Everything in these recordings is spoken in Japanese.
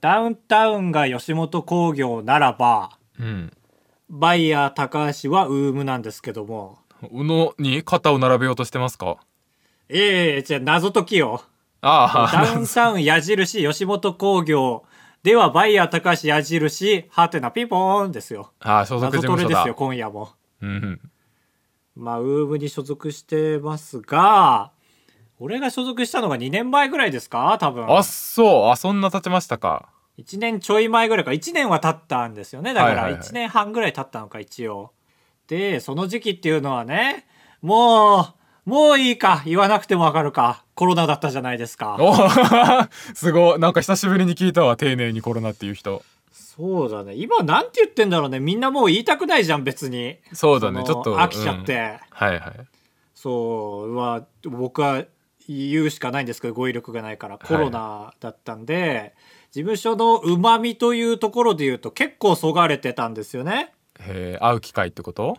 ダウンタウンが吉本興業ならば、うん。バイヤー高橋はウームなんですけども、うのに肩を並べようとしてますかいえいえ、じゃあ謎解きよ。あダウンタウン矢印吉本興業ではバイヤー高橋矢印ハテナピンポーンですよ。あ、ああ、所属謎事務取れ所でだすよ、。今夜も。うん。まあ、ウームに所属してますが、俺が所属したのが2年前ぐらいですか多分。あ、そう。あ、そんな経ちましたか。 1年ちょい前ぐらいか1年は経ったんですよねだかはいはいらはい1年半ぐらい経ったのか一応でその時期っていうのはねもうもういいか言わなくてもわかるかコロナだったじゃないですかお すごい。なんか久しぶりに聞いたわ。丁寧にコロナっていう人。そうだね今なんて言ってんだろうねみんなもう言いたくないじゃん別にそうだね。のちょっと。飽きちゃっうん。て、はいはい。そううわ僕は言うしかないんですけど語彙力がないからいコロナだったんで、事務所のうまみというところで言うと結構そがれてたんですよねへえ、会う機会ってこと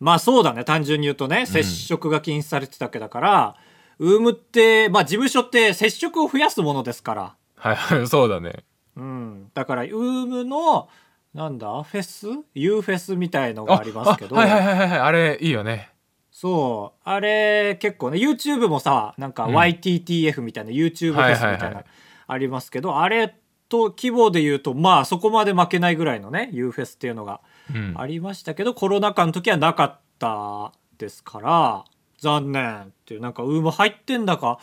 まあそうだね単純に言うとね接触が禁止されてたわけだから、ウームってまあ事務所って接触を増やすものですから、はいはい。 そうだね。うん、だからウームのなんだフェス ?U フェスみたいのがありますけどあはいはいはいはいはい。あれ、いいよね。そうあれ結構ね YouTube もさなんかうん YTTF みたいな、YouTube フェスみたいな、はいはいはいありますけどあれと規模で言うとまあそこまで負けないぐらいのね U フェスっていうのがうん。ありましたけど、コロナ禍の時はなかったですから、残念っていう、なんか、ウーム入ってんだか、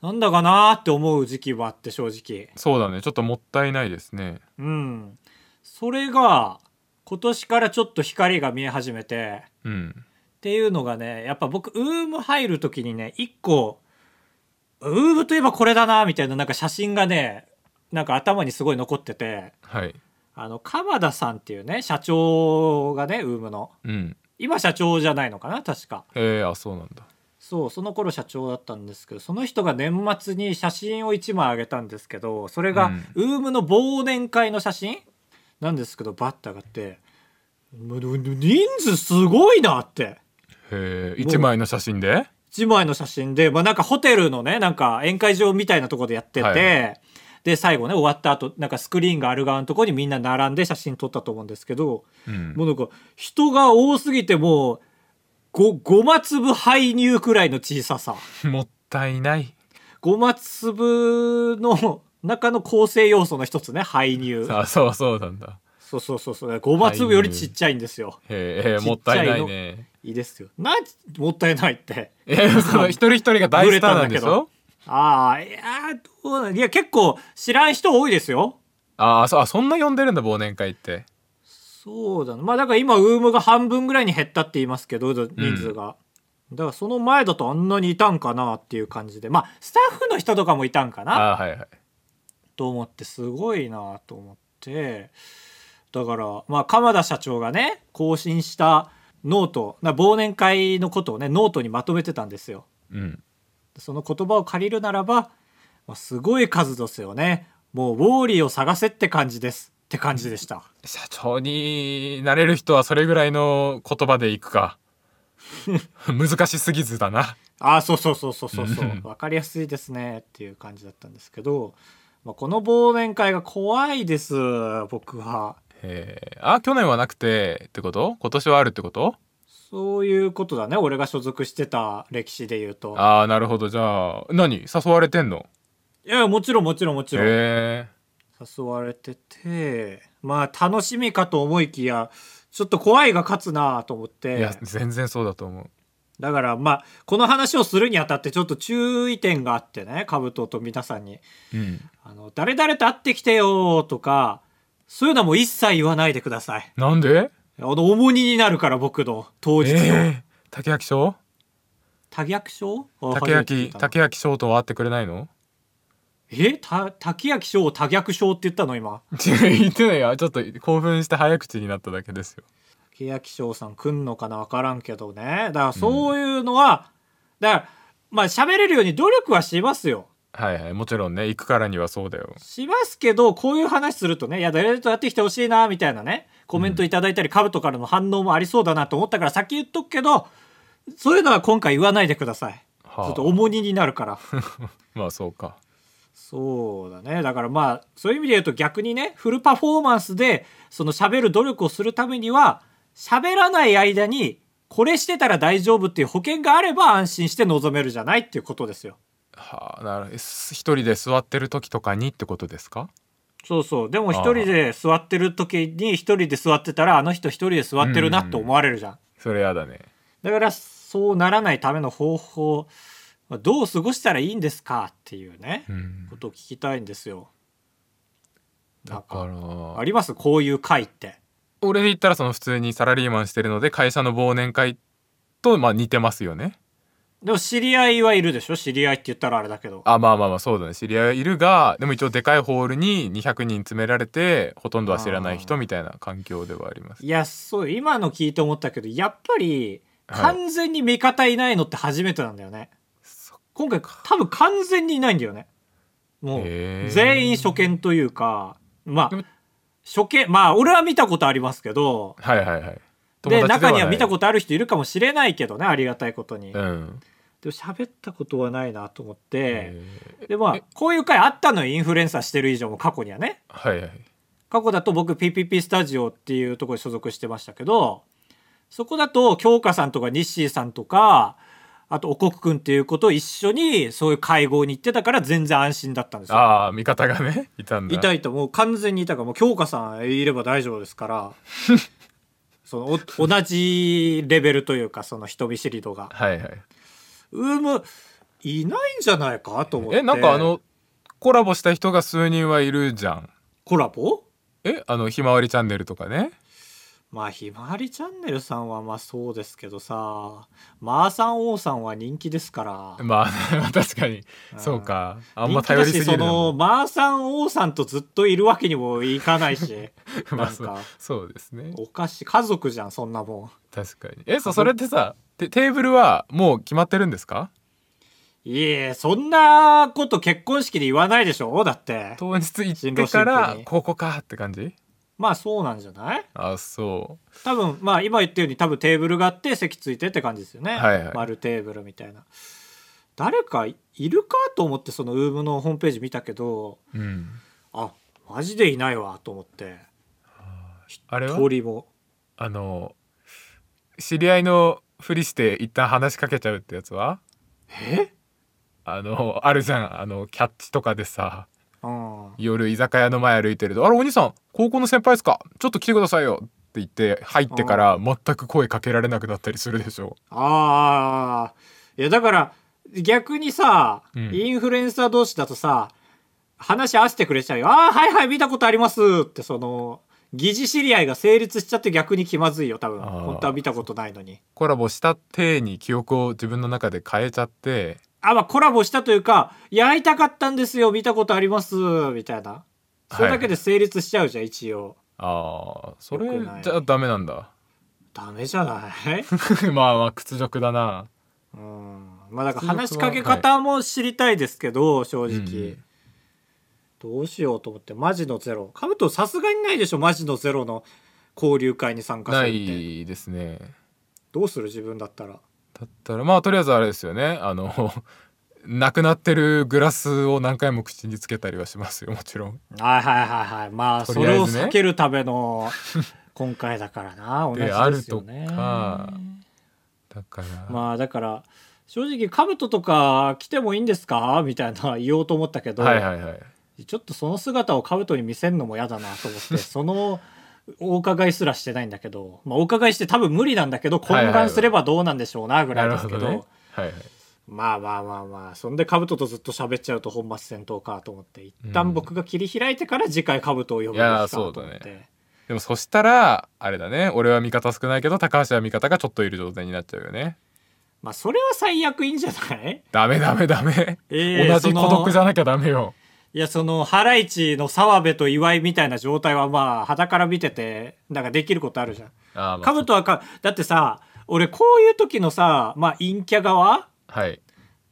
なんだかなーって思う時期はあって、正直。そうだね。ちょっともったいないですね。うん。それが、今年からちょっと光が見え始めて、うん。っていうのがね、やっぱ僕、ウーム入る時にね、一個、ウームといえばこれだな、みたいな、なんか写真がね、なんか頭にすごい残ってて、はい。あの、鎌田さんっていうね、社長がね、ウームの。うん。今社長じゃないのかな確かへえ、あ、そうなんだ。そうその頃社長だったんですけどその人が年末に写真を1枚あげたんですけどそれが、うんウームの忘年会の写真なんですけどバッと上がってもう人数すごいなってへもうえ、一枚の写真で1枚の写真で、まあ、なんかホテルのねなんか宴会場みたいなところでやってて、はいはで最後ね終わった後なんかスクリーンがある側のところにみんな並んで写真撮ったと思うんですけどうん。もうなんか人が多すぎてもう 5, ごま粒排入くらいの小ささ もったいない。ごま粒の中の構成要素の一つね排入あ、そうそうなんだ。そうそうそうそうごま粒よりちっちゃいんですよへちっちゃえ、いのもったいないね。いいですよなもったいないって え、その一人一人が大スターなんでしブレたんょああいやーどうなんいや結構知らん人多いですよあーそうあ、そんな呼んでるんだ、忘年会って。そうだなまあだから今ウームが半分ぐらいに減ったって言いますけど人数が、だからその前だとあんなにいたんかなっていう感じでまあスタッフの人とかもいたんかなあーはいはい。と思ってすごいなと思ってだからまあ鎌田社長がね更新したノートな忘年会のことをねノートにまとめてたんですようん。その言葉を借りるならば、まあ、すごい数ですよねもうウォーリーを探せって感じですって感じでした社長になれる人はそれぐらいの言葉でい くか。難しすぎずだな。ああそうそうそうそうそうそううん分かりやすいですねっていう感じだったんですけど、まあ、この忘年会が怖いです僕はへえ。あ、去年はなくてってこと今年はあるってことそういうことだね俺が所属してた歴史で言うとああ、なるほど。じゃあ、何誘われてんのいやもちろんもちろんもちろんへえ。誘われててまあ楽しみかと思いきやちょっと怖いが勝つなと思っいやて全然そうだと思うだからまあこの話をするにあたってちょっと注意点があってねカブトと皆さんにうん「あの誰々と会ってきてよ」とかそういうのはもう一切言わないでくださいなんであの重荷になるから僕の当え日のえ竹脇翔多逆賞竹脇竹脇翔とは会ってくれないのえた滝焼賞を多逆賞って言ったの今 言ってないよちょっと興奮して早口になっただけですよ欅やさん来んのかな分からんけどねだからそういうのは、だからまあ喋れるように努力はしますよはいはいもちろんね行くからにはそうだよしますけどこういう話するとねいや誰々とやってきてほしいなみたいなねコメントいただいたり、カブトからの反応もありそうだなと思ったから先言っとくけどそういうのは今回言わないでくださいちはあょっと重荷になるからまあそうかそうだねだからまあそういう意味で言うと逆にねフルパフォーマンスでその喋る努力をするためには喋らない間にこれしてたら大丈夫っていう保険があれば安心して臨めるじゃないっていうことですよ。はあなるす一人で座ってる時とかにってことですかそうそうでも一人で座ってる時に一人で座ってたらあの人一人で座ってるなって思われるじゃん。それやだねだからそうならないための方法まあどう過ごしたらいいんですかっていうね、うんことを聞きたいんですよ。だかあらりますこういう会って。俺で言ったらその普通にサラリーマンしてるので会社の忘年会とまあ似てますよねでも知り合いはいるでしょ知り合いって言ったらあれだけど。あまあまあまあそうだね知り合いはいるがでも一応でかいホールに200人詰められてほとんどは知らない人みたいな環境ではありますいやそう今の聞いて思ったけどやっぱりはい完全に味方いないのって初めてなんだよね。そ今回多分完全にいないんだよね。もへうー全員初見というかまでもあ初見まあ俺は見たことありますけどはいはいはいで中には見たとことある人いるかもしれないけどねありがたいことに。うんでも喋ったことはないなと思って、へえでまあえこういう回あったのよインフルエンサーしてる以上も過去にはねはいはい過去だと僕 PPP スタジオっていうところに所属してましたけどそこだと京香さんとか日誌さんとかあとおこくくんっていうことを一緒にそういう会合に行ってたから全然安心だったんですよ。ああ味方がね いたんだいたいたもう完全にいたからもう京香さんいれば大丈夫ですから そのお同じレベルというかその人見知り度が。はいはいうーむいないんじゃないかと思ってえなんかあのコラボした人が数人はいるじゃんコラボえあのひまわりチャンネルとかねまあひまわりチャンネルさんはまあそうですけどさまーさん王さんは人気ですからまあ 確かにそうかあん人ま気頼だりしすぎそるののもまーさん王さんとずっといるわけにもいかないし まなあんそかうそうですねおかしい家族じゃんそんなもん確かにえそうそれってさてテーブルはもう決まってるんですかいえそんなこと結婚式で言わないでしょだって当日行っ新て郎新か婦にらここかって感じまあそうなんじゃないあそ多分まあ今言ったように多分テーブルがあって席ついてって感じですよね、はいはい丸テーブルみたいな誰かいるかと思ってそのウームのホームページ見たけどううんあマジでいないわと思ってあれは通りもあの知り合いのふりして一旦話しかけちゃうってやつはえあのあるじゃんあのキャッチとかでさうん夜居酒屋の前歩いてると「あれお兄さん高校の先輩ですかちょっと来てくださいよ」って言って入ってから全く声かけられなくなったりするでしょあーいやだから逆にさ、うんインフルエンサー同士だとさ話合わせてくれちゃうよ「ああはいはい見たことあります」ってその疑似知り合いが成立しちゃって逆に気まずいよ多分あー本当は見たことないのに。コラボした体に記憶を自分の中で変えちゃってあ、まあ、コラボしたというか、いや会いたかったんですよ、見たことあります、みたいな。それだけで成立しちゃうじゃん、一応。ああそれよくないじゃダメなんだダメじゃない まあまあ屈辱だなうん。まあ、だから話しかけ方も知りたいですけど、正直。うんどうしようと思って、マジのゼロ。カブト、さすがにないでしょ、マジのゼロの交流会に参加すなるって。いですねどうする自分だったら。だったらまあとりあえずあれですよねあの なくなってるグラスを何回も口につけたりはしますよもちろんはいはいはいはい。まあ、とそりあえれをずね避けるための、 今回だからな、同じでですよね。あるとかだから、まあだから正直兜とか来てもいいんですかみたいな言おうと思ったけど、はいはいはいちょっとその姿を兜に見せるのも嫌だなと思って そのお伺いすらしてないんだけど、まあ、お伺いして多分無理なんだけどはいは懇い願すればどうなんでしょうなぐらないでるすほけど,、どねはいはいまあまあまあまあそんで兜とずっと喋っちゃうと本末転倒かと思って一う旦ん僕が切り開いてから次回兜を呼ぶんですいやーかそうとだ思ねって、でもそしたらあれだね俺は味方少ないけど高橋は味方がちょっといる状態になっちゃうよねまあそれは最悪いいんじゃ ないダメダメダメ、ええ同じ孤独じゃなきゃダメよいや、その、ハライチの澤部と岩井みたいな状態はまあ、肌から見てて、なんかできることあるじゃん。あーまカあブトはか、だってさ、俺こういう時のさ、まあ、陰キャ側っはい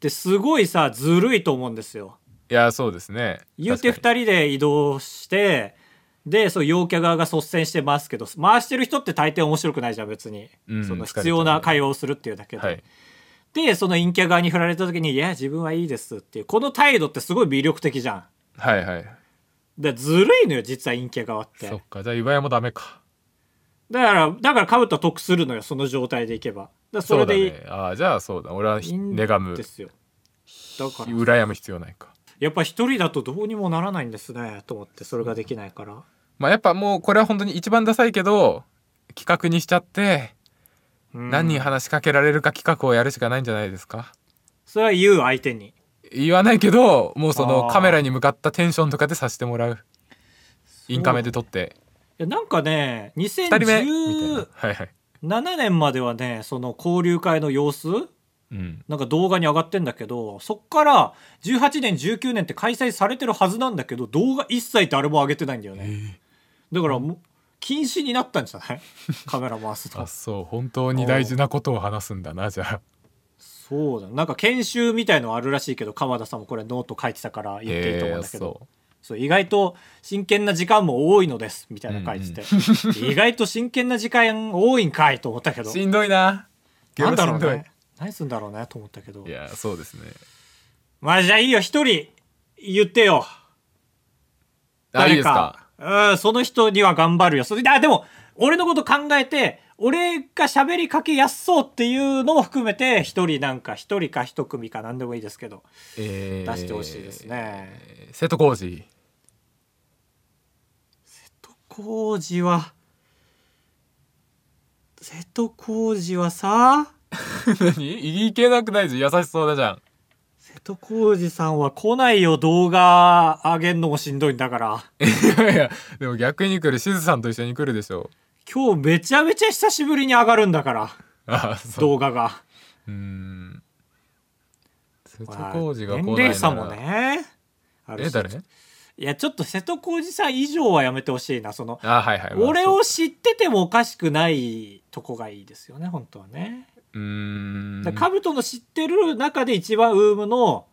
てすごいさ、ずるいと思うんですよ。いやそうですね言うて確か二人で移動して、で、そう、陽キャ側が率先して回すけど、回してる人って大抵面白くないじゃん、別に。うんその疲れちゃう必要な会話をするっていうだけにで。はいでその陰キャ側に振られた時に「いや自分はいいです」っていうこの態度ってすごい魅力的じゃん。はいはいでずるいのよ実は陰キャ側ってそっかじゃあ岩屋もダメかだからだからカブトは得するのよその状態でいけばだからそそれうだでいいねああじゃあそうだ俺はいいんネガムですよだから羨む必要ないかやっぱ一人だとどうにもならないんですねと思ってそれができないからまあやっぱもうこれは本当に一番ダサいけど企画にしちゃってうん何人話しかけられるか企画をやるしかないんじゃないですかそれは言う相手に言わないけどもうそのあーカメラに向かったテンションとかでさしてもらうインカメで撮っていやなんかね2人目みたい2017なはいはい年まではねその交流会の様子うんなんか動画に上がってんだけどそっから18年19年って開催されてるはずなんだけど動画一切誰も上げてないんだよねだからもう禁止になったんじゃない カメラ回すあとそう本当に大事なことを話すんだなじゃあそうだなんか研修みたいのあるらしいけど鎌田さんもこれノート書いてたから言っていいと思うんだけど、えーそう意外と真剣な時間も多いのですみたいなの書いてて、意外と真剣な時間多いんかいと思ったけそどうしんどいななんだろうゲロしんね何すんだろうねと思ったけどどいいやそうですねまあじゃあいいよ一人言ってよあいいですかうんその人には頑張るよそれであでも俺のこと考えて俺が喋りかけやすそうっていうのも含めて一人なんか一人か一組か何でもいいですけどえー出してほしいですね、瀬戸 康史工事は瀬戸工事はさ何いけなくないじゃん優しそうだじゃん瀬戸康史さんは来ないよ動画上げんのもしんどいんだからいやいやでも逆に来るしずさんと一緒に来るでしょ今日めちゃめちゃ久しぶりに上がるんだからあそう動画がうーん瀬戸まあ康史が来ない年なら齢差もねあるしえ誰いやちょっと瀬戸康史さん以上はやめてほしいなそのあはいはい、まあ俺そうを知っててもおかしくないとこがいいですよね本当はねうーんだから兜の知ってる中で一番ウームの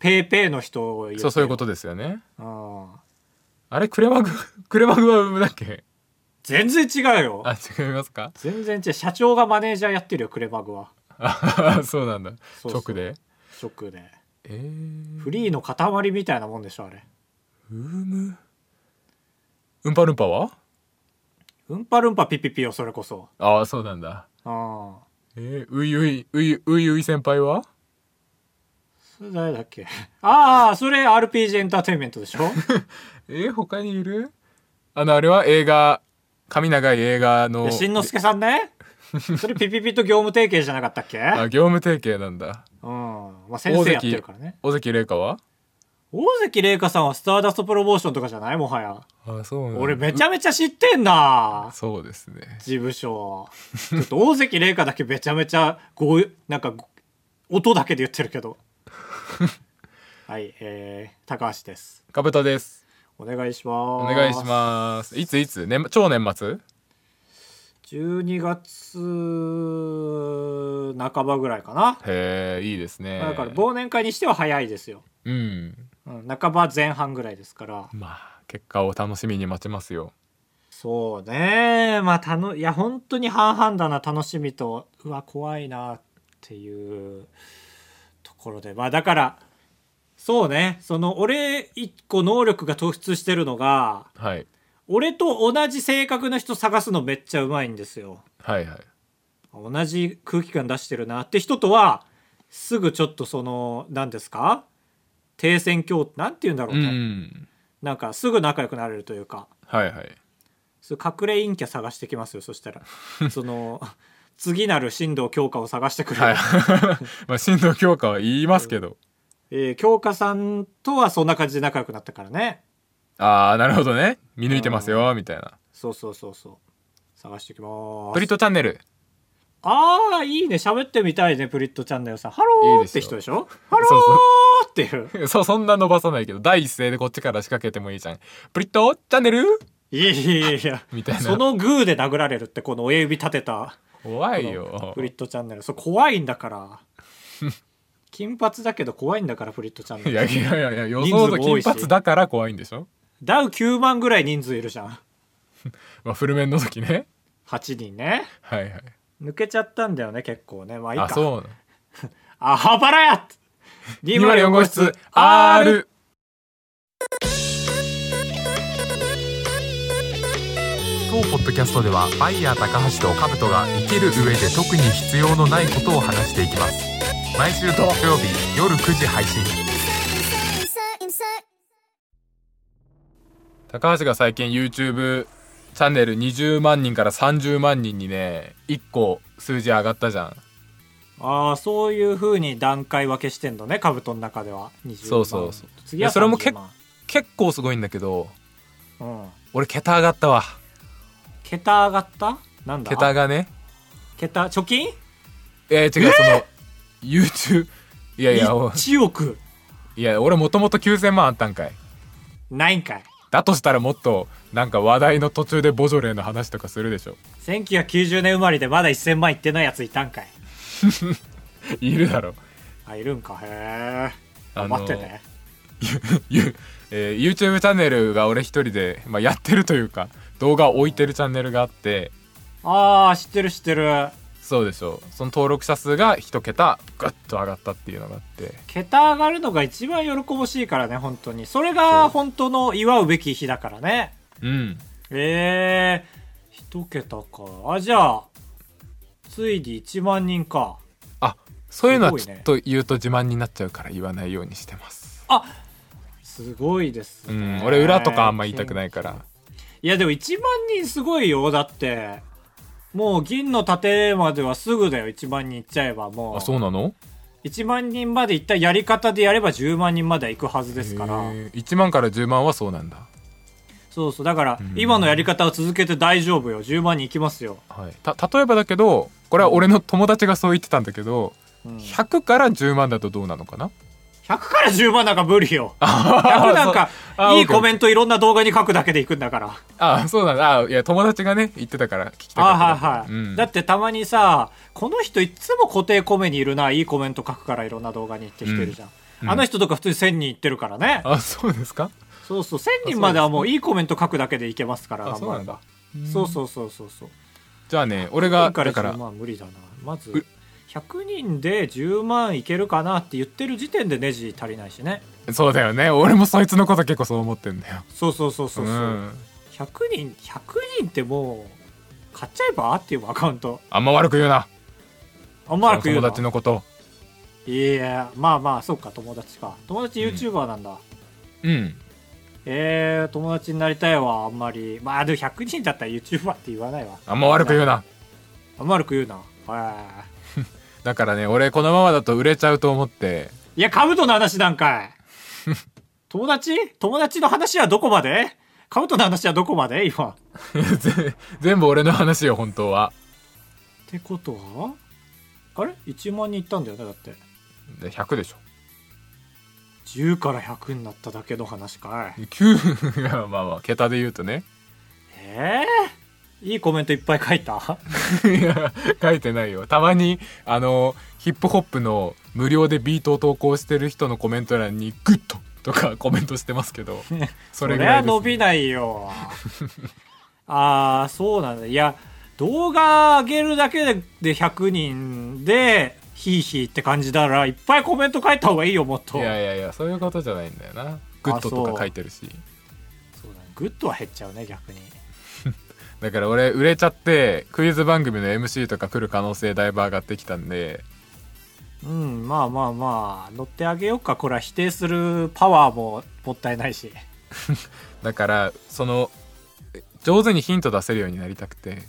ペーペーの人を言ってそうそういうことですよねうんあれクレマグ クレマグは産むだっけ全然違うよあ違いま すか全然違う社長がマネージャーやってるよクレバグはあそうなんだそうそう直で直でえー、フリーの塊みたいなもんでしょあれ産むうんぱるんぱはうんぱるんぱピピピよそれこそああそうなんだうんえー、ういういういういうい先輩はそれ誰だっけああそれ RPG エンターテインメントでしょえー、他にいるあのあれは映画髪長い映画いのやしんのすけさんねそれピピピと業務提携じゃなかったっけうんあ業務提携なんだまあ先生やってるからね尾関玲香は大関玲香さんはスターダストプロモーションとかじゃないもはやあそうなんだ俺めちゃゃめちゃ知ってんなそうですね事務所 ちょっと大関玲香だけめちゃめちゃごなんかご音だけで言ってる けどはいえー、高橋ですかぶとですお願いしまおす願いしますいついつ年超年末す12月半ばぐらいかな、へえいいですねだから忘年会にしては早いですよ、うんうん、半ば前半ぐらいですからまあ結果を楽しみに待ちますよそうねまあたのいや本当に半々だな楽しみとうわ怖いなっていうところでまあだからそうねその俺一個能力が突出してるのがはい俺と同じ性格の人探すのめっちゃうまいんですよはいはい同じ空気感出してるなって人とはすぐちょっとその何ですか停戦協なんて言うんだろううね、んなんかすぐ仲良くなれるというかはいはいそう隠れ陰キャ探してきますよそした らその次なる進藤強化を探してくれる、はい まあ進藤強化は言いますけどえー強化さんとはそんな感じで仲良くなったからねああなるほどね見抜いてますよみたいなそうそうそうそう探してきまプリすットチャンネルああいいね喋ってみたいねプリットチャンネルさんハいローいでっすてよ人でしょハロそうーっていう そう、そんな伸ばさないけど、第一声でこっちから仕掛けてもいいじゃん。プリットチャンネルいやいやいや みたいなそのグーで殴られるってこの親指立てた怖いよフ。リットチャンネルそう怖いんだから 金髪だけど怖いんだからフリットチャンネいルやいやいやいや、予人想数とも多い金し髪だから怖いんでしょダウ9万ぐらい人数いるじゃんまあ、フルメンの時ね。 8人ねはいはい。抜けちゃったんだよね結構ねまあいいあ、かそうアハバラや204号室 R 当ポッドキャストではバイヤー高橋と兜が生きる上で特に必要のないことを話していきます毎週土曜日夜9時配信 insert, insert. 高橋が最近 YouTube チャンネル20万人から30万人にね1個数字上がったじゃんああそういうふうに段階分けしてんのねカブトの中では20万そうそうそう次は30万いやそれも結結構すごいんだけどうん俺桁上がったわ桁上がったなんだ桁がね桁貯金えー、違う、その YouTube いやいやお1億いや俺もともと9000万あったんかいないんかいだとしたらもっとなんか話題の途中でボジョレーの話とかするでしょ1990年生まれでまだ1000万いってないやついたんかいいるだろあいるんかへえあのー頑張ってね ゆ、えー YouTube チャンネルが俺一人で、まあ、やってるというか動画を置いてるチャンネルがあってああ知ってる知ってるそうでしょうその登録者数が一桁グッと上がったっていうのがあって桁上がるのが一番喜ばしいからね本当にそれが本当の祝うべき日だからねうんええ一桁かあじゃあついに1万人かあそういうのはすちごょいねっと言うと自慢になっちゃうから言わないようにしてますあすごいですうね、ん俺裏とかあんま言いたくないいからいやでも1万人すごいよだってもう銀の盾まではすぐだよ1万人いっちゃえばもうあそうなの1万人までいったやり方でやれば10万人までは行くはずですからへー1万から10万はそうなんだ、そうそうだから今のやり方を続けて大丈夫よ10万人行きますよ、はい、た例えばだけどこれは俺の友達がそう言ってたんだけどうん、100, 100から10万だとどうなのかなから10万なんか無理 よ100 100なんかあいいそうコメントいろんな動画に書くだけで行くんだからあ そうなんだあいや友達がね言ってたから聞きたあかっーたはいはい、うん、だってたまにさこの人いっつも固定コメにいるないいコメント書くからいろんな動画に行ってきてるじゃん、うんあの人とか普通に1000人いってるからね、あそうですかそうそう1000人まではもういいコメント書くだけでいけますからあそうなんだ頑張ればそうそうそうそうそうじゃあね俺が100からだから10万無理だなまずう100人で10万いけるかなって言ってる時点でネジ足りないしねそうだよね俺もそいつのこと結構そう思ってんだよそうそうそうそうそう、ん、 100人100人ってもう買っちゃえばっていうアカウントあんま悪く言うなあんま悪く言うそのな友達のこといやまあまあそうか友達か友達 YouTuber なんだ、うんえー、友達になりたいわあんまりまあでも100人だったら YouTuber って言わないわあんま悪く言うなあんま悪く言うなはだからね俺このままだと売れちゃうと思って いいやカブトの話なんかい友達友達の話はどこまでカブトの話はどこまで今ぜ全部俺の話よ本当はってことはあれ1万人いったんだよねだってで100でしょ10から100になっただけの話かい 9がまあまあ桁で言うとねええいいコメントいっぱい書いた いや書いてないよたまにあのヒップホップの無料でビートを投稿してる人のコメント欄に「グッド!」とかコメントしてますけどそそれれぐらいはです、伸びないよ ああそうなんだいや動画上げるだけでで100人でヒーヒーって感じならいっぱいコメント書いた方がいいよもっといやいやいやそういうことじゃないんだよな「グッド!」とそうか書いてるしそうだねグッドは減っちゃうね逆にだから俺売れちゃってクイズ番組の MC とか来る可能性だいぶ上がってきたんでうんまあまあまあ乗ってあげようかこれは否定するパワーももったいないしだからその上手にヒント出せるようになりたくて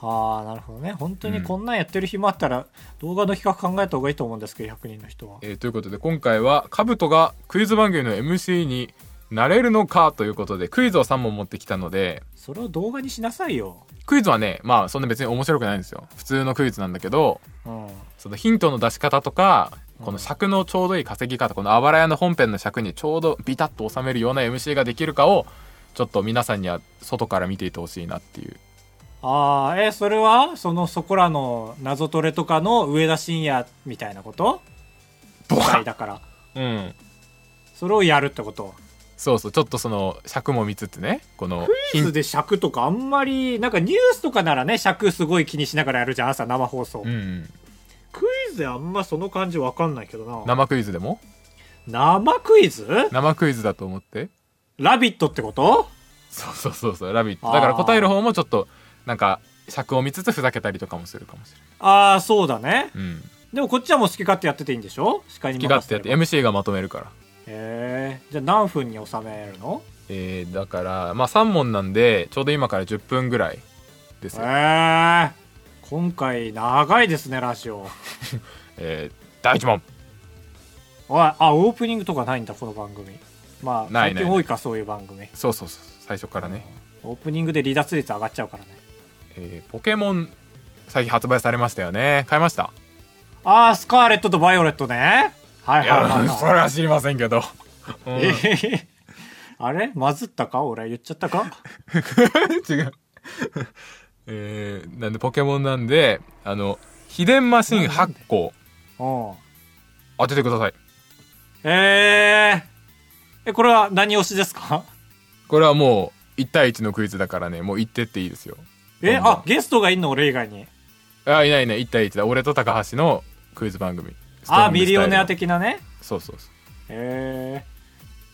はあなるほどね本当にうんこんなんやってる暇あったら動画の企画考えた方がいいと思うんですけど100人の人はえーということで今回はカブトがクイズ番組の MC になれるのかということでクイズを3問持ってきたのでそれを動画にしなさいよクイズはねまあそんな別に面白くないんですよ普通のクイズなんだけどうんそのヒントの出し方とかうんこの尺のちょうどいい稼ぎ方このあばら屋の本編の尺にちょうどビタッと収めるような MC ができるかをちょっと皆さんには外から見ていてほしいなっていうああえーそれはそのそこらの謎トレとかの上田晋也みたいなことボカだからうんそれをやるってことそうそうちょっとその尺も見つつねこのクヒインズで尺とかあんまりなんかニュースとかならね尺すごい気にしながらやるじゃん朝生放送、うんうんクイズであんまその感じわかんないけどな生クイズでも生クイズ生クイズだと思ってラビットってことそうそうそうそう「ラビット!」だから答える方もちょっとなんか尺を見つつふざけたりとかもするかもしれああそうだねない、うん、でもこっちはもう好き勝手やってていいんでしょ司会に気が任っせてやってれば MC がまとめるからへえじゃあ何分に収めるのえー、だからまあ3問なんでちょうど今から10分ぐらいですよへえ今回長いですねラジオえー、第1問おいあオープニングとかないんだこの番組まあな最いない近多いかそういう番組そうそうそう最初からね、オープニングで離脱率上がっちゃうからねえーポケモン最近発売されましたよね買いましたああスカーレットとバイオレットねはいいはいやはいそはれは知りませんけど、うんい、えへへあれまずったか俺言っちゃったか 違う えー、なんでポケモンなんであの秘伝マシン8個うん当ててくださいえー、えこれは何推しですかこれはもう1対1のクイズだからねもう言ってっていいですよえどんどんあゲストがいんの俺以外にあいないいない1対1だ俺と高橋のクイズ番組あミリオネア的的なねそうそうそえ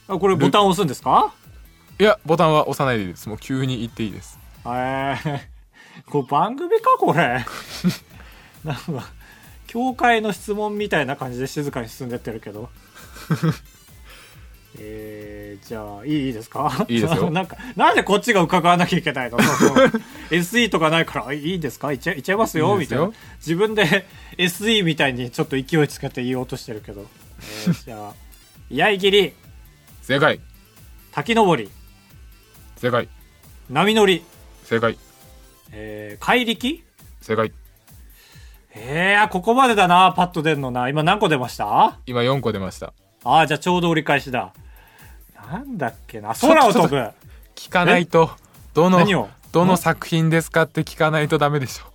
ー、あこれボタン押すんですかういやボタンは押さないでいいですもう急に言っていいですえー、 これ番組かこれ なんか教会の質問みたいな感じで静かに進んでってるけど えー、じゃあいいいいですかいいですよ なんかなんでこっちが伺わなきゃいけないの そうそう SE とかないからあいいですかいっちゃいっちゃいますよいみいですたいよな自分で SE みたいにちょっと勢いつけて言おうとしてるけど、えー、じゃあ 「居合切り正解滝登り正解波乗り、正解えー、怪力」正解えー、ここまでだな、パッと出るのな。今何個出ました今4個出ましたああ、じゃあちょうど折り返しだ。なんだっけな、空を飛ちぶ。聞かないとど何のをどの作品ですかって聞かないとダメでしょ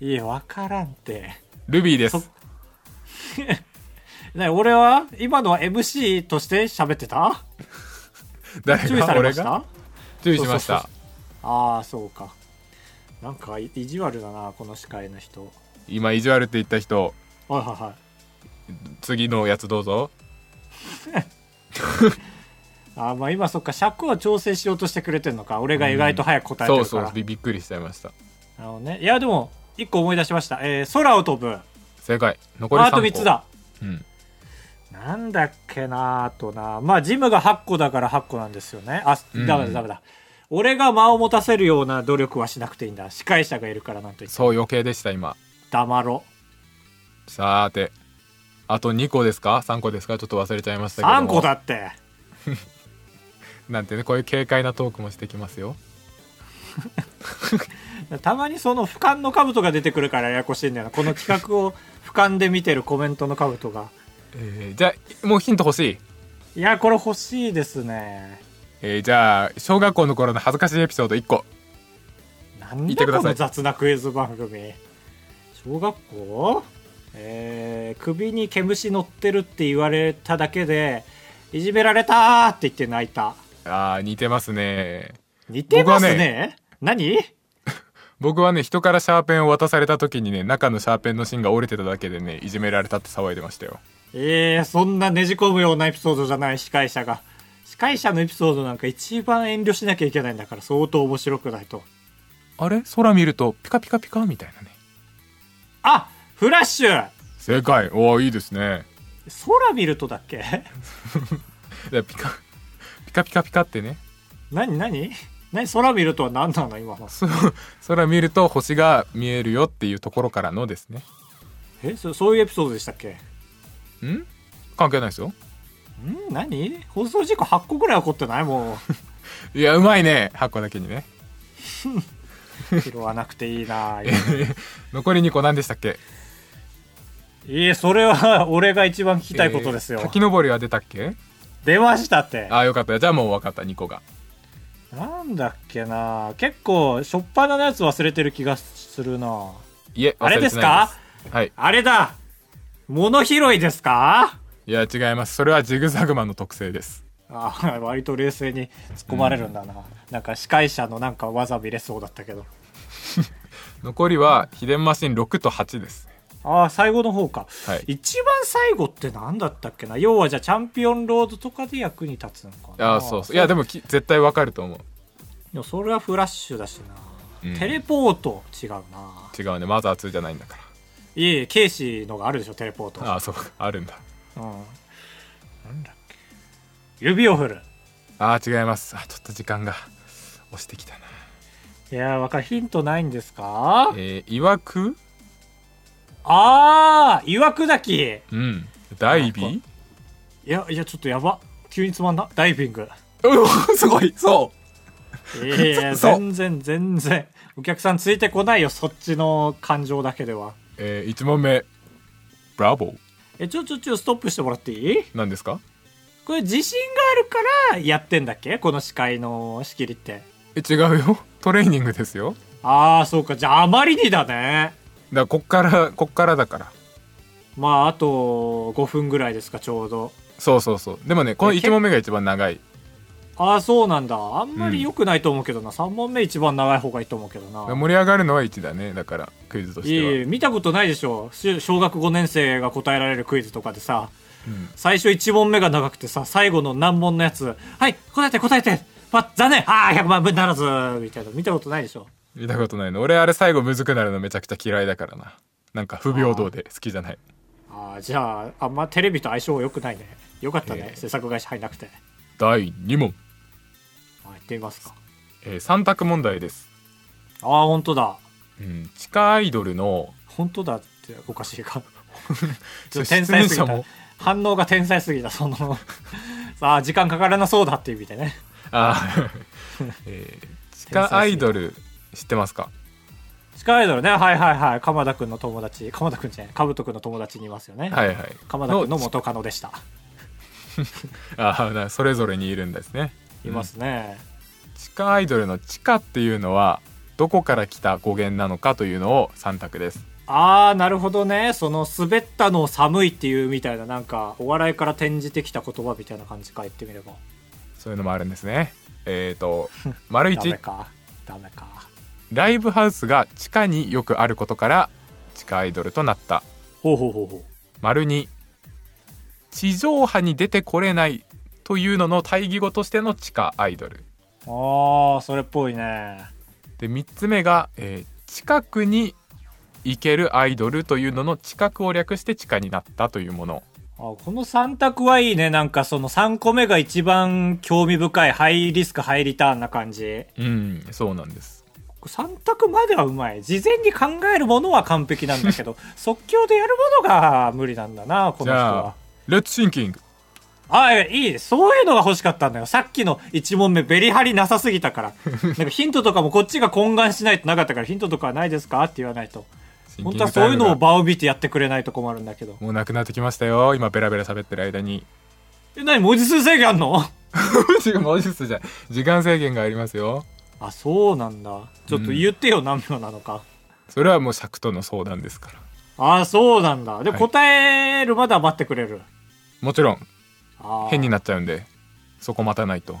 いや、わからんて。ルビーですそね、俺は、今のは MC として喋ってた誰注意さがれま俺したがあ注意しましそたうあー、そうか。なんか、い意地悪だな、この司会の人。今意地悪って言った人はいはいはい。次のやつどうぞあーまあ今そっか尺を調整しようとしてくれてるのか俺が意外と早く答えてそうるかそら、うびびっくりしちゃいましたあのねいやでも一個思い出しました、えー、空を飛ぶ正解残り3あ個と3つだうんなんだっけなあとなまあジムが8個だから8個なんですよねあうんダメだダメだ、俺が間を持たせるような努力はしなくていいんだ司会者がいるからなんと言ってそう余計でした今黙ろさーてあと2個ですか3個ですかちょっと忘れちゃいましたけども3個だってなんてねこういう軽快なトークもしてきますよたまにその俯瞰の兜が出てくるからややこしいんだよなこの企画を俯瞰で見てるコメントの兜がえーじゃあもうヒント欲しいいやこれ欲しいですねえーじゃあ小学校の頃の恥ずかしいエピソード1個なん言ってだくだこさいの雑なクイズ番組小学校えー、首に毛虫乗ってるって言われただけでいじめられたーって言って泣いたあー似てますね似てますね僕は何僕はね人からシャーペンを渡された時にね中のシャーペンの芯が折れてただけでねいじめられたって騒いでましたよえー、そんなねじ込むようなエピソードじゃない司会者が司会者のエピソードなんか一番遠慮しなきゃいけないんだから相当面白くないとあれ空見るとピカピカピカみたいなねあフラッシュ正解おおいいですね空見るとだっけ でピカピカピカピカってね何何何空見るとは何なの今のそ空見ると星が見えるよっていうところからのですねえそそういうエピソードでしたっけん関係ないですよん何放送事故8個ぐらい起こってないも いやうまいね8個だけにねう拾わなくていいな残り2個何でしたっけいえそれは 俺が一番聞き聞たいことですよ、滝登りは出たっけ出ましたってああよかったじゃあもう分かった2個がなんだっけな結構初っ端のやつ忘れてる気がするないえあれ忘でてすないかですはいあれだ物拾いですかいや違いますそれはジグザグマンの特性ですあ 割と冷静に突っ込まれるんだな、なんか司会者のなんか技見れそうだったけど残りは秘伝マシン6と8ですあああ最後の方か、はい一番最後って何だったっけな要はじゃあチャンピオンロードとかで役に立つのかなああそうそういやでもき絶対わかると思うでもそれはフラッシュだしな、うんテレポート違うな違うねマザー2じゃないんだかいえいえケイシーのがあるでしょテレポートらああそうかあるんだうんなんだっけ指を振るあー違いますあちょっと時間が押してきたないやーわかるヒントないんですかえー、いわくああ岩砕きいうんダイビやいやちょっとやば急につまんだダイビングーうおすごいそ いやいや そう全然全然お客さんついてこないよそっちの感情だけではう、えー、1問目ブラボーえちょちょちょストップしてもらっていいなんですかこれ自信があるからやってんだっけこの司会の仕切りってえ違うよトレーニングですよああそうかじゃああまりにだねだからこっからこっからだからまああと5分ぐらいですかちょうどそうそうそうでもねこのえ1問目が一番長いああそうなんだあんまり良くないと思うけどな、3問目一番長い方がいいと思うけどな盛り上がるのは1だねだからクイズとしいえいてえは見たことないでしょし小学5年生が答えられるクイズとかでさうん最初1問目が長くてさ最後の難問のやつ「はい答えて答えて!」パ残念ああ100万分ならずみたいな見たことないでしょ見たことないの俺あれ最後むずくなるのめちゃくちゃ嫌いだからななんか不平等で好きじゃないああじゃああんまテレビと相性良くないねよかったね、制作会社入んなくて第2問、あ行ってみますかえ3択問題です、ああ本当だうん、地下アイドルの本当だっておかしいかちょっと質天才問すぎ者たも反応が天才すぎたその さあ時間かからなそうだっていう意味でねあ ー、えー地下アイドル知ってますか地下アイドルねはいはいはい鎌田君の友達鎌田君じゃない兜君の友達にいますよね、はいはい鎌田君の元カノでしたあーなそれぞれにいるんですねいますね、地下アイドルの地下っていうのはどこから来た語源なのかというのを3択ですああなるほどねその滑ったのを寒いっていうみたいななんかお笑いから転じてきた言葉みたいな感じか言ってみればそういうのもあるんですねえ っ、と丸ダメ一かダメかライブハウスが地下によくあることから地下アイドルとなったほうほうほうほ丸二地上波に出てこれないというのの対義語としての地下アイドルうああそれっぽいねで3つ目が、えー近くに行けるアイドルというのの近くを略して地下になったというものあこの3択はいいねなんかその3個目が一番興味深いハイリスクハイリターンな感じうんそうなんです3択まではうまい事前に考えるものは完璧なんだけ ど即興でやるものが無理なんだなこじの人ゃはあレッツシンキングあいいそういうのが欲しかったんだよさっきの1問目ベリハリなさすぎた からなんかヒントとかもこっちが懇願しないとなかったからヒントとかはないですかって言わないとシンキン本グ当はタそイういうムのをが場を見てやってくれないと困るんだけどもうなくなってきましたよ今ベラベラ喋ってる間 にえ何文字数制限あんの違うもうちょっとじゃない時間制限がありますよあそうなんだちょっと言ってよ、何秒なのかそれはもう尺との相談ですからああそうなんだで、はい答えるまでは待ってくれるもちろんあー変になっちゃうんでそこ待たないと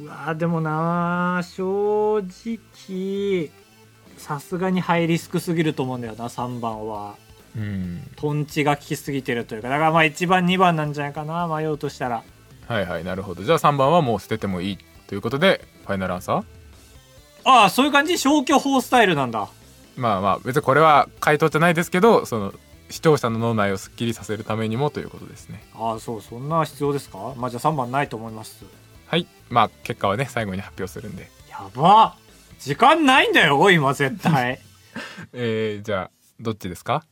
うわーでもなー正直さすがにハイリスクすぎると思うんだよな3番はうんトンチが効きすぎてるというかだからまあ1番2番なんじゃないかな迷うとしたらはいはいなるほどじゃあ3番はもう捨ててもいいということでファイナルアンサーああそういう感じ消去法スタイルなんだまあまあ別にこれは回答じゃないですけどその視聴者の脳内をすっきりさせるためにもということですねああそうそんな必要ですかまあじゃあ3番ないと思いますはいまあ結果はね最後に発表するんで、やば時間ないんだよ今絶対えー、じゃあどっちですか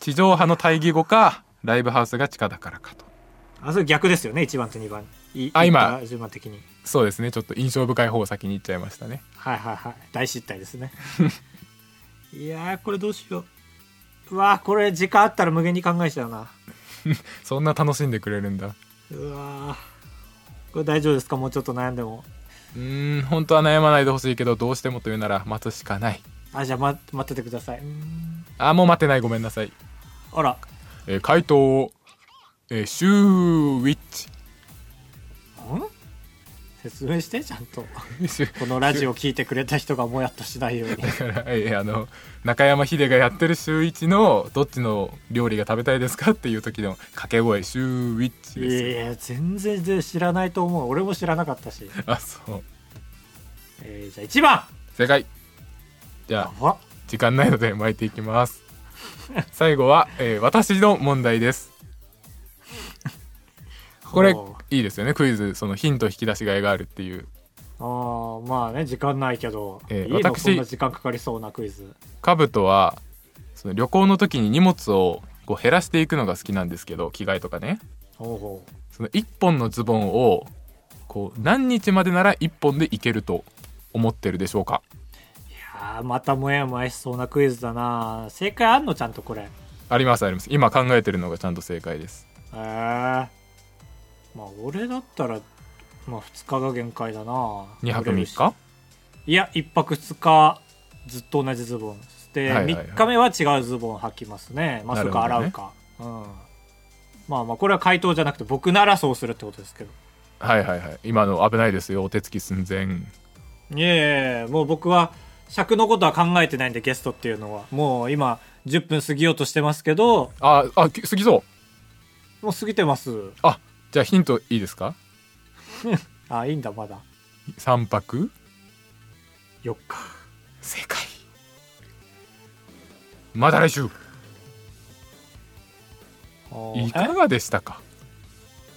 地上波の対義語かライブハウスが地下だからかとあそれ逆ですよね1番と2番いあ今順番的にそうですねちょっと印象深い方を先に言っちゃいましたねはいはいはい大失態ですね いやーこれどうしよううわーこれ時間あったら無限に考えちゃうなそんな楽しんでくれるんだうわーこれ大丈夫ですかもうちょっと悩んでもうーん本当は悩まないでほしいけどどうしてもというなら待つしかないあじゃあ、ま、待っててくださいうんあもう待てないごめんなさい、あらえー回答を、えーシューウィッチん説明してちゃんとこのラジオ聞いてくれた人がもやっとしないよう にだから えーあの中山秀がやってる週一のどっちの料理が食べたいですかっていう時の掛け声週一いですよやいや全然全然知らないと思う俺も知らなかったし、あそうえー、じゃあ正解じ1ゃあ番あ時間ないので巻いていきます最後は、えー私の問題ですこれほいいですよねクイズそのヒント引き出しがいがあるっていうあーまあね時間ないけど、えいーいの私そんな時間かかりそうなクイズカブトはその旅行の時に荷物をこう減らしていくのが好きなんですけど着替えとかねほうほその1本のズボンをこう何日までなら1本でいけると思ってるでしょうかういやーまたもやもやしそうなクイズだな正解あんのちゃんとこれありますあります今考えてるのがちゃんと正解ですええまあ俺だったら、まあ、2日が限界だな2泊取れるし3日いや1泊2日ずっと同じズボンで、はいはいはい3日目は違うズボン履きますねまあなそるれほかどね洗うか、うんまあまあこれは回答じゃなくて僕ならそうするってことですけどはいはいはい今の危ないですよお手つき寸前いえいえもう僕は尺のことは考えてないんでゲストっていうのはもう今10分過ぎようとしてますけどああき過ぎそうもう過ぎてますあじゃあヒントいいですかあいいんだまだ3泊4日正解また来週おーいかがでしたか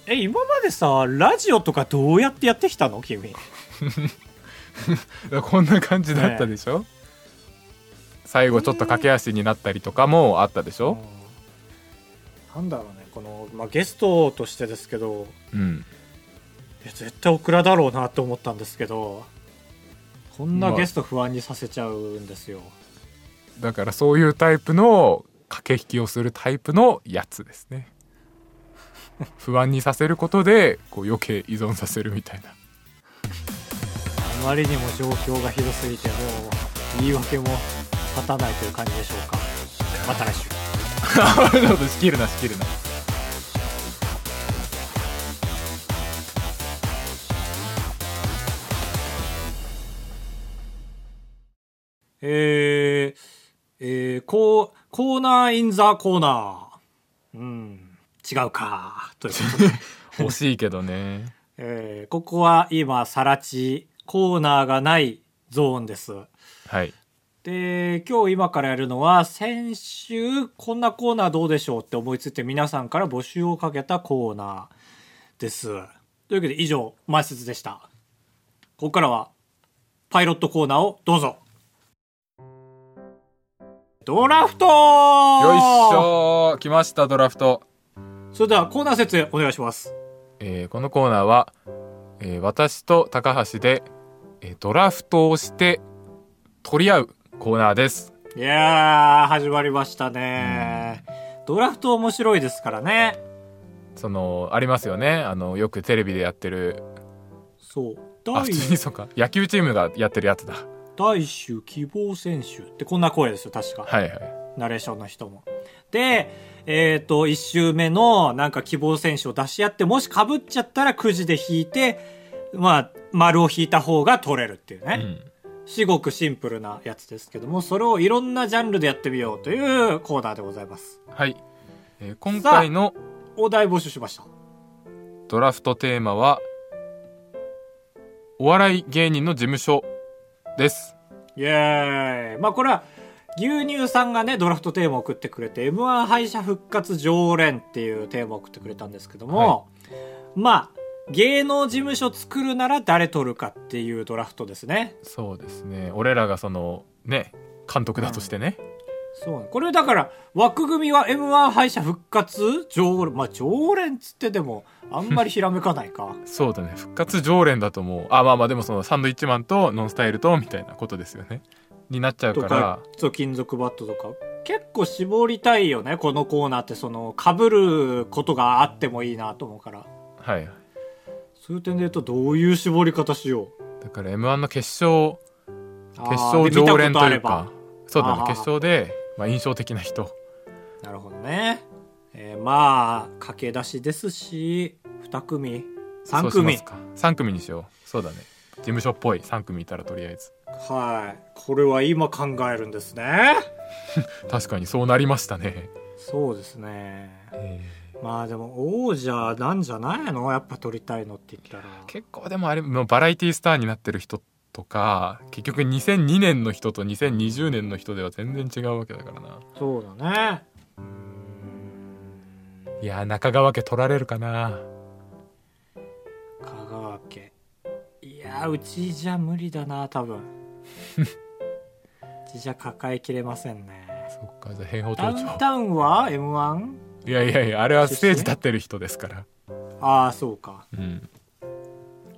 ええ今までさラジオとかどうやってやってきたの君こんな感じだったでしょ、最後ちょっと駆け足になったりとかもあったでしょ、うんなんだろうねこの、まあ、ゲストとしてですけどうん、いや絶対オクラだろうなと思ったんですけどこんなまあゲスト不安にさせちゃうんですよ、だからそういうタイプの駆け引きをするタイプのやつです ね不安にさせることでこう余計依存させるみたい なあまりにも状況がひどすぎてもう言い訳も立たないという感じでしょうかまた来週あなるほど仕切るな仕切るなえー、えー、こうコーナーインザコーナーうん違うかということ で 欲しいけどねえーここは今更地コーナーがないゾーンですはいで今日今からやるのは先週こんなコーナーどうでしょうって思いついて皆さんから募集をかけたコーナーですというわけで以上前説でしたここからはパイロットコーナーをどうぞドラフトよいしょー来ましたドラフトそれではコーナー説明お願いしますえーこのコーナーは、えー私と高橋で、えードラフトをして取り合うコーナーです。いやー始まりましたねドラフト面白いですからねそのありますよねあのよくテレビでやってるそうあ第普通にそうか野球チームがやってるやつだ大衆希望選手ってこんな声ですよ確か、はいはいナレーションの人もでえっ、と1周目のなんか希望選手を出し合ってもしかぶっちゃったらくじで引いてまあ丸を引いた方が取れるっていうね、うん至極シンプルなやつですけどもそれをいろんなジャンルでやってみようというコーナーでございますはい、えー今回のお題募集しましたドラフトテーマはお笑い芸人の事務所ですイエーイまあこれは牛乳さんがねドラフトテーマを送ってくれて m 1敗者復活常連っていうテーマを送ってくれたんですけども、まあ芸能事務所作るなら誰取るかっていうドラフトですねそうですね俺らがそのね監督だとしてね、そうこれだから枠組みは m 1敗者復活常連まあ常連っつってでもあんまりひらめかないかそうだね復活常連だと思うあまあまあでもそのサンドイッチマンとノンスタイルとみたいなことですよねになっちゃうとかからそう金属バットとか結構絞りたいよねこのコーナーってそのかぶることがあってもいいなと思うからはいそういう点で言うとどういう絞り方しようだから m 1の決勝決決勝常連というかそうだねあー決勝で、まあ、印象的な人なるほどね、えーまあ駆け出しですし2組3そうしま組すか3組にしようそうだね事務所っぽい3組いたらとりあえずはいこれは今考えるんですね確かにそうなりましたね、そうですねまあでも王者なんじゃないのやっぱ取りたいのって言ったら結構でもあれもうバラエティスターになってる人とか結局2002年の人と2020年の人では全然違うわけだからなそうだねいやー中川家取られるかな香川家いやうちじゃ無理だな多 分うちじゃ抱えきれませんねそっかじゃあ変法ダ町ウン長タウンは m 1いやいやいやあれはステージ立ってる人ですからああそうかうん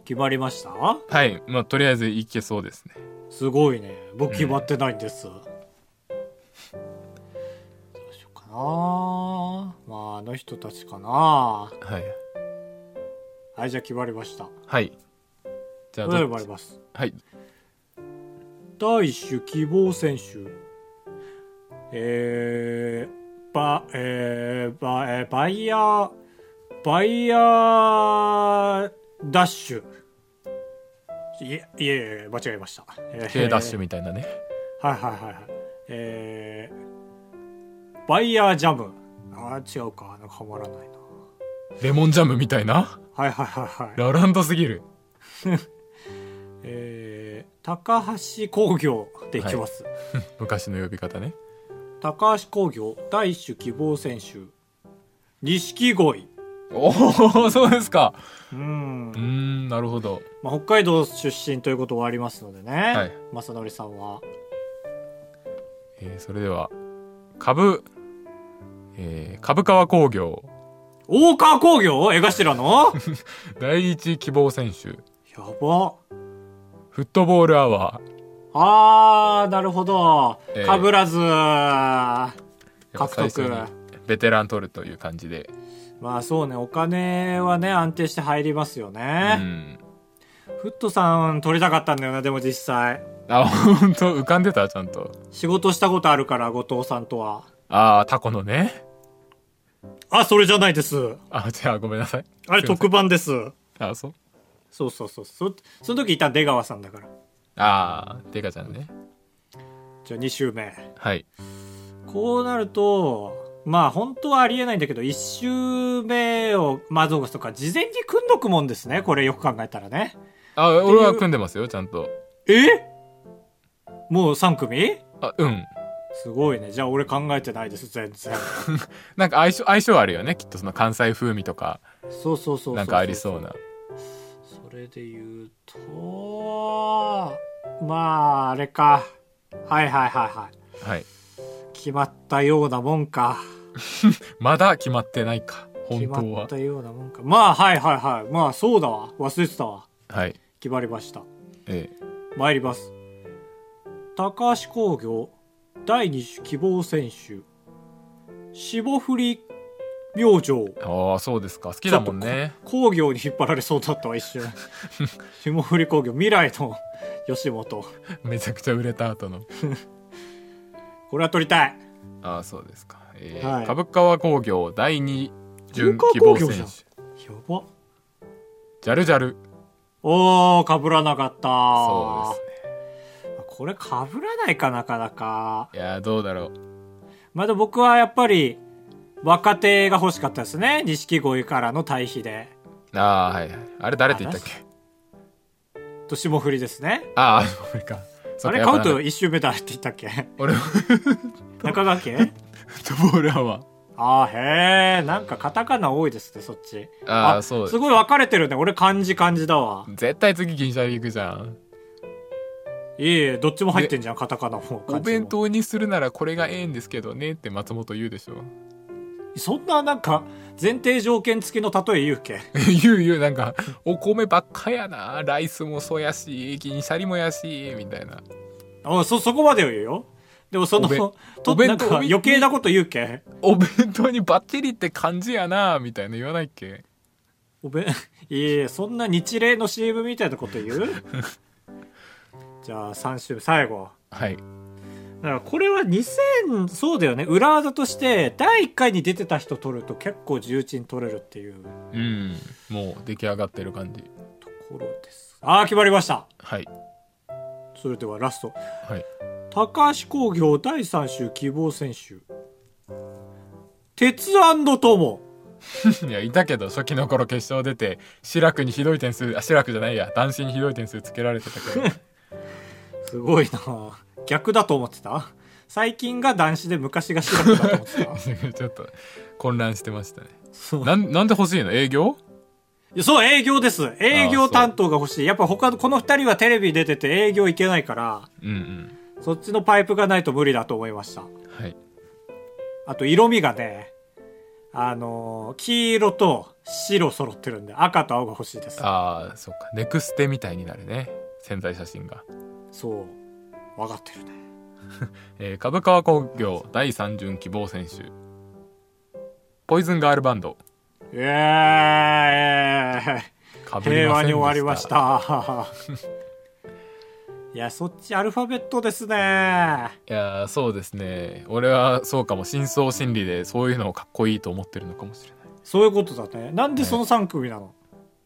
決まりましたはいまあとりあえずいけそうですねすごいね僕決まってないんです、どうしようかなまああの人たちかなはいはいじゃあ決まりましたはいじゃあ決どまっりちますはい大種希望選手えー、ばえー、ばえー、バイヤーバイヤーダッシュいえいえいえ間違えました、え K ダッシュュみたいなねはいはいはいはいえー、バイヤージャムあー違うかなんかはまらないなレモンジャムみたいなはいはいはいはいラランドすぎるえー、高橋工業でいきます、昔の呼び方ね高橋工業第一種希望選手錦鯉おおそうですかうんうー、んなるほどまあ、北海道出身ということはありますのでね、はい正則さんはえーそれでは株、えー株川工業大川工業江頭 の第一希望選手やばフットボールアワあーなるほどえーかぶらず、ーやっぱ最初に獲ベテラン取るという感じで、まあそうねお金はね安定して入りますようね、ん、フットさん取りたかったんだよなでも実際あ本当浮かんでたちゃんと仕事したことあるから後藤さんとはああタコのねあそれじゃないですあじゃあごめんなさいあれすいませ特番ですんあそうそうそうそうそその時いた出川さんだからああデカちゃんねじゃあ2周目はいこうなるとまあ本当はありえないんだけど1周目をまあそうかそうか事前に組んどくもんですねこれよく考えたらねあ俺は組んでますよちゃんとえもう3組あうんすごいねじゃあ俺考えてないです全然なんか相性相性あるよねきっとその関西風味とかそうそうそうそうなんかありそうなそれで言うとまああれかはいはいはいはいはい決まったようなもんかまだ決まってないか本決当まっはたようなもんかまあはいはいはいまあそうだわ忘れてたわはい決まりましたえ参ります高橋工業第2種希望選手霜降り明星えああそうですか好きだもんね工業に引っ張られそうだったわ一 瞬霜降り工業未来の 吉本めちゃくちゃ売れた後のこれは取りたいああそうですか、ええはい株川工業第二準希株望価工業選手じゃんやばジャルジャルおーかぶらなかったそうですねこれかぶらないかなかなかいやーどうだろうまあでも僕はやっぱり若手が欲しかったですね錦鯉からの対比でああはいはいあれ誰って言ったっけと霜降りですねああー俺かそあっかれやっカウぱンなトんか一周目だって言ったっけ 俺はフ中川 家ットボールアワーあーへえなんかカタカナ多いですねそっちああそうですすごい分かれてるね俺漢字漢字だわ絶対次銀シャリ行くじゃんいえいえどっちも入ってんじゃんカタカナも漢字もお弁当にするならこれがええんですけどねって松本言うでしょ そんななんか前提条件付きの例え言うけ言う言うなんかお米ばっかやなライスもそうやし銀シャリもやしみたいなあそそこまでは言うよでもそのおべんとおな弁当んか余計なこと言うけお弁当にバッテリって感じやなみたいな言わないっけおべん いえいえそんな日例の CM みたいなこと言うじゃあ3周目最後はいだからこれは2000そうだよね裏技として第1回に出てた人取ると結構重鎮取れるっていううんもう出来上がってる感じところですああ決まりましたはいそれではラストはい 高橋工業第3週希望選手鉄友いやいたけど初期の頃決勝出て志らくにひどい点数あ志らくじゃないや男子にひどい点数つけられてたけどすごいな逆だと思ってた最近が男子で昔が白くだと思ってた ちょっと混乱してましたねそうなんなんで欲しいの営業いやそう営業です営業担当が欲しいやっぱ他のこの2人はテレビ出てて営業いけないからうんそっちのパイプがないと無理だと思いましたうんはいあと色味がねあのー黄色と白揃ってるんで赤と青が欲しいですああそっかネクステみたいになるね潜在写真が、そう分かってるねえー株川工業第3巡希望選手ポイズンガールバンドイエーイかぶり平和ませんでに終わりましたいやそっちアルファベットですねいやーそうですね俺はそうかも深層心理でそういうのをかっこいいと思ってるのかもしれないそういうことだねなんでその3組なの、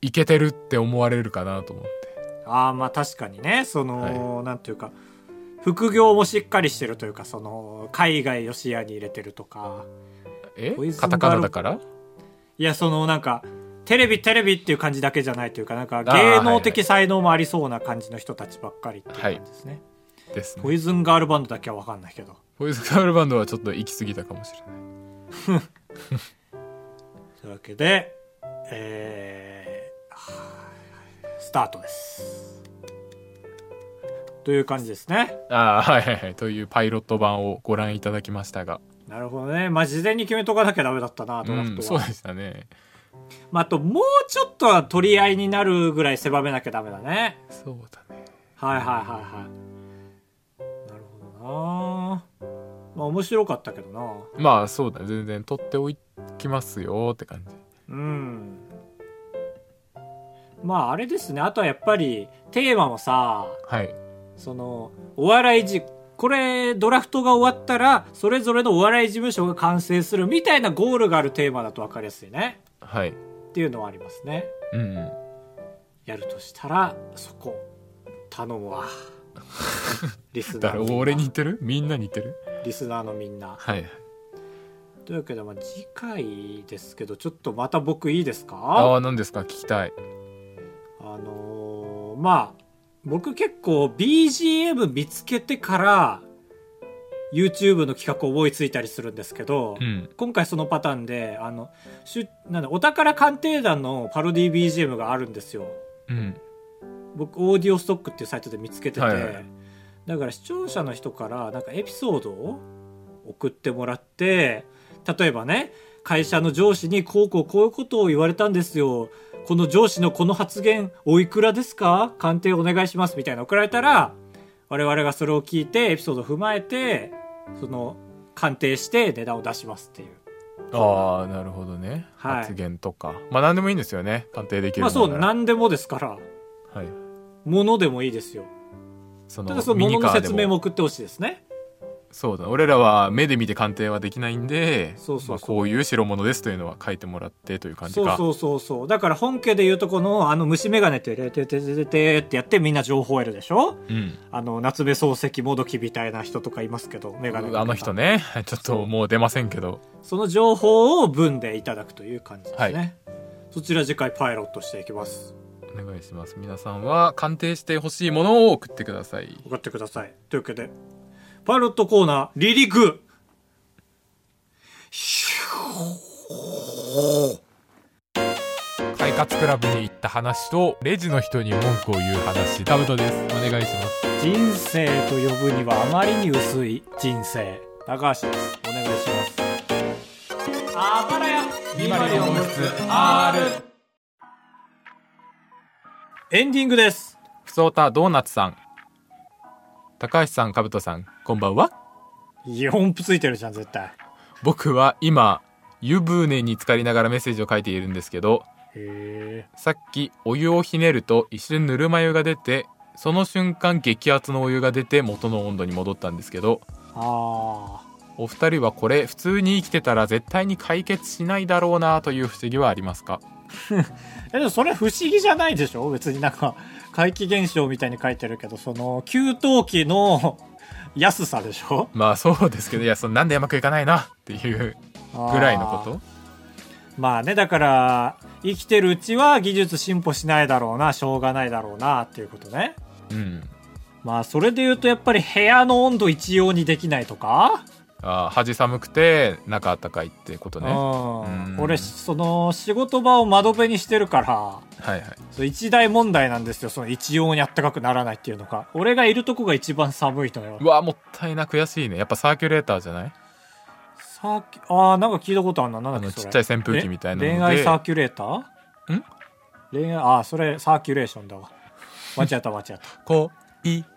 イケてるって思われるかなと思ってああまあ確かにねその、なんていうか副業もしっかりしてるというかその海外を視野に入れてるとかえポイズンカタカナだからいやそのなんかテレビテレビっていう感じだけじゃないというかなんかあー芸能的才能もありそうな感じの人たちばっかりっていう感じですね、ですポねイズンガールバンドだけは分かんないけどポイズンガールバンドはちょっと行き過ぎたかもしれないというわけで、えーはいスタートです。という感じですね。ああはいはいはいというパイロット版をご覧いただきましたがなるほどね。まあ、事前に決めとかなきゃダメだったな、ドうラフんトそうは。でしたねまあ、あと、もうちょっとは取り合いになるぐらい狭めなきゃダメだね。そうだねはいはいはいはい。なるほどなまあ、面白かったけどなまあそうだね全然取っておきますよって感じうん。まあ、あれですね。あとはやっぱり、テーマもさ、はいそのお笑いじこれドラフトが終わったらそれぞれのお笑い事務所が完成するみたいなゴールがあるテーマだと分かりやすいねはいっていうのはありますねうんうんやるとしたらそこ頼む わリスナだーかのらみんな俺に似てるみんなに似てるリスナーのみんなはいというわけで、まあ、次回ですけどちょっとまた僕いいですあかあ何ですか聞きたいあのーまあ僕結構 BGM 見つけてから YouTube の企画思いついたりするんですけど、うん今回そのパターンであのしゅなんだお宝鑑定団のパロディ BGM があるんですようん僕オーディオストックっていうサイトで見つけてて、はいはいだから視聴者の人からなんかエピソードを送ってもらって例えばね会社の上司にこうこうこういうことを言われたんですよこの上司のこの発言おいくらですか鑑定お願いしますみたいな送られたら我々がそれを聞いてエピソードを踏まえてその鑑定して値段を出しますっていうああなるほどね、はい発言とかまあ何でもいいんですよね鑑定できるまあそうものなら何でもですからはいものでもいいですよそただそのもののミニカーで説明も送ってほしいですねそうだ俺らは目で見て鑑定はできないんでそうそうそうまあこういう代物ですというのは書いてもらってという感じそうかそうそうそうだから本家でいうとこのあの虫眼鏡って「てててててて」ってやってみんな情報を得るでしょうんあの夏目漱石もどきみたいな人とかいますけど眼鏡あの人ね ちょっともう出ませんけどその情報を文でいただくという感じですね、はそちら次回パイロットしていきますお願いします皆さんは鑑定してほしいものを送ってください送ってくださいというわけでパイロットコーナー離陸快活クラブに行った話とレジの人に文句を言う話タブトですお願いします人生と呼ぶにはあまりに薄い人生高橋ですお願いしますあばらやエンディングですふつおたドーナツさん高橋さんかぶとさんこんばんはいや音符ついてるじゃん絶対僕は今湯船に浸かりながらメッセージを書いているんですけどへえさっきお湯をひねると一瞬ぬるま湯が出てその瞬間激圧のお湯が出て元の温度に戻ったんですけどあお二人はこれ普通に生きてたら絶対に解決しないだろうなという不思議はありますかーえでもそれ不思議じゃないでしょ別になんか怪奇現象みたいに書いてるけどその給湯器の安さでしょまあそうですけどいやそのなんでうまくいかないなっていうぐらいのことまあねだから生きてるうちは技術進歩しないだろうなしょうがないだろうなっていうことねうんまあそれで言うとやっぱり部屋の温度一様にできないとか、あー恥寒くて中あったかいってことねはうんうん俺その仕事場を窓辺にしてるからいはいそう一大問題なんですよその一様にあったかくならないっていうのが俺がいるとこが一番寒いのようわもったいな悔しいねやっぱサーキュレーターじゃないサーキあーなんか聞いたことあるななんだあっけのそちれっちゃい扇風機みたいなのえで恋愛サーキュレーターん恋愛あーそれサーキュレーションだわ間違った間違った恋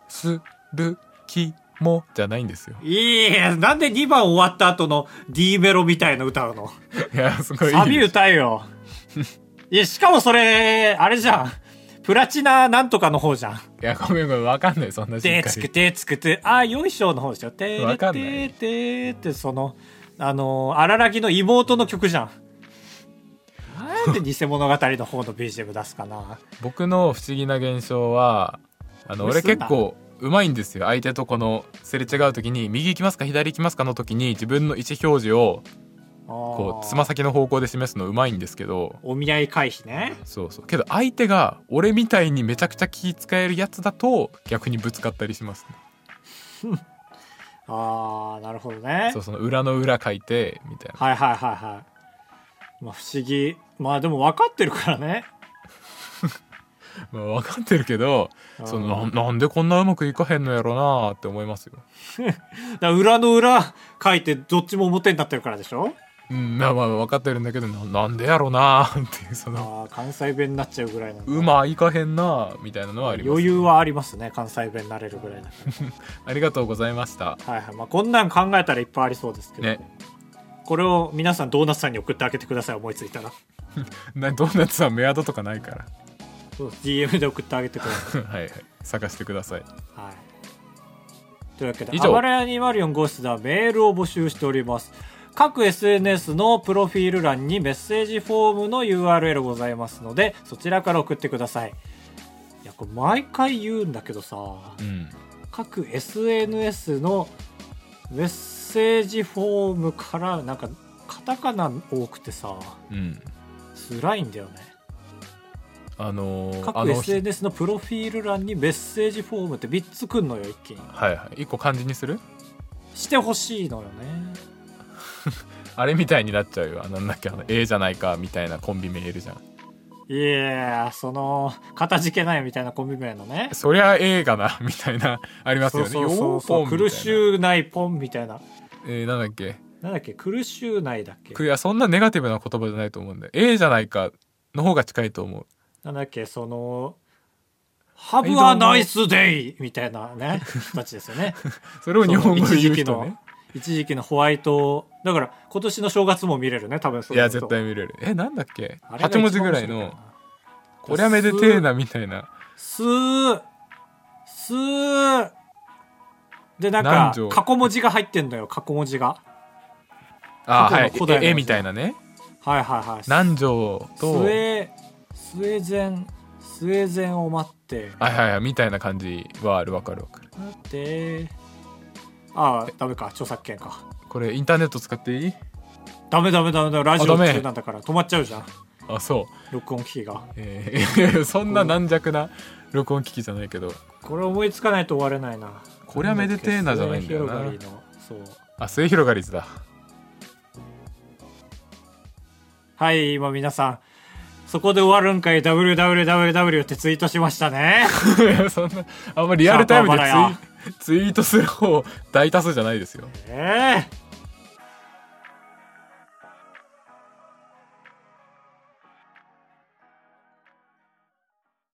する気もじゃないんですよいいえなんで2番終わった後の D メロみたいの歌うの いやすごいいいサビ歌えよ。いや、しかもそれ、あれじゃん。プラチナなんとかの方じゃん。いやごめんごめんわかんないそんなしっでかつく りてつくて、あ、よいしょの方でしょ。てれわてかんないーてーって、その、あのー、荒らぎの妹の曲じゃん。なんで偽物語の方の BGM 出すかな。僕の不思議な現象は盗あのんだ俺結構うまいんですよ相手とこのすれ違う時に右行きますか左行きますかの時に自分の位置表示をここうつま先の方向で示すのうまいんですけどお見合い回避ね。そうそうけど相手が俺みたいにめちゃくちゃ気使えるやつだと逆にぶつかったりしますねあー、なるほどねそう。その裏の裏書いてみたいなはいはいはいはい。まあ不思議。まあでも分かってるからね。まあ、分かってるけどそのななんでこんなうまくいかへんのやろなって思いますよ。だから裏の裏書いてどっちも表になってるからでしょうん、まあまあ分かってるんだけどななんでやろなっていうそのあー関西弁になっちゃうぐらいなんだうまいかへんなみたいなのはあります、余裕はありますね関西弁になれるぐらいだかありがとうございましたらはいはいまあこんなん考えたらいっぱいありそうですけど、ねこれを皆さんドーナツさんに送ってあげてください思いついたらなドーナツはメアドとかないかそうです DM で送ってあげてくださら はいはい探してくださいい、はい、というわけで「以あ上ばらや204号室」ではメールを募集しております各 SNS のプロフィール欄にメッセージフォームの URL ございますのでそちらから送ってくださいいやこれ毎回言うんだけどさうん各 SNS のメッセージフォームからなんかカタカナ多くてさうん辛いんだよねあのー、あ各の SNS のプロフィール欄にメッセージフォームって3つくんのよ一気にはいはい一個漢字にするしてほしいのよねあれみたいになっちゃうよあなんだっけあの A じゃないかみたいなコンビ名いるじゃんいやーそのかたじけないみたいなコンビ名のねそりゃ A がなみたいなありますそようねそうそうそうよー苦ポンみたいなしゅうないポンみたいなえー、なんだっけなんだっけ苦しゅうないだっけくいやそんなネガティブな言葉じゃないと思うんだよ A じゃないかの方が近いと思うなんだっけそのハブはナイスデイみたいなね人たちですよねそれを日本語一で言う時期人の、ね一時期のホワイトだから今年の正月も見れるね多分そいうなやると絶対見れるえなんだっけあれが8文字ぐらい一番面白のな「こりゃめでてえな」みたいなすーすーでなんか南條過去文字が入ってんのよ過去文字があ過去のはい古代のえやえつみたいなねはいはいはい南條スウとはいェースウェーゼンスウェーゼンを待ってはいはいみたいな感じはあるわかるわかる待ってああダメか著作権かこれインターネット使っていいダメダメダメダメラジオあダメ中なんだから止まっちゃうじゃんあそう録音機器がえーい やいやそんな軟弱な録音機器じゃないけどこれ思いつかないと終われないなこりゃめでてえなじゃないんだよな末広がりのそうあ末広がりずだ はい今皆さんそこで終わるんかい www ってツイートしましたねいやそんなあんまリアルタイムでシャーパーバラツイツイートする方大多数じゃないですよええ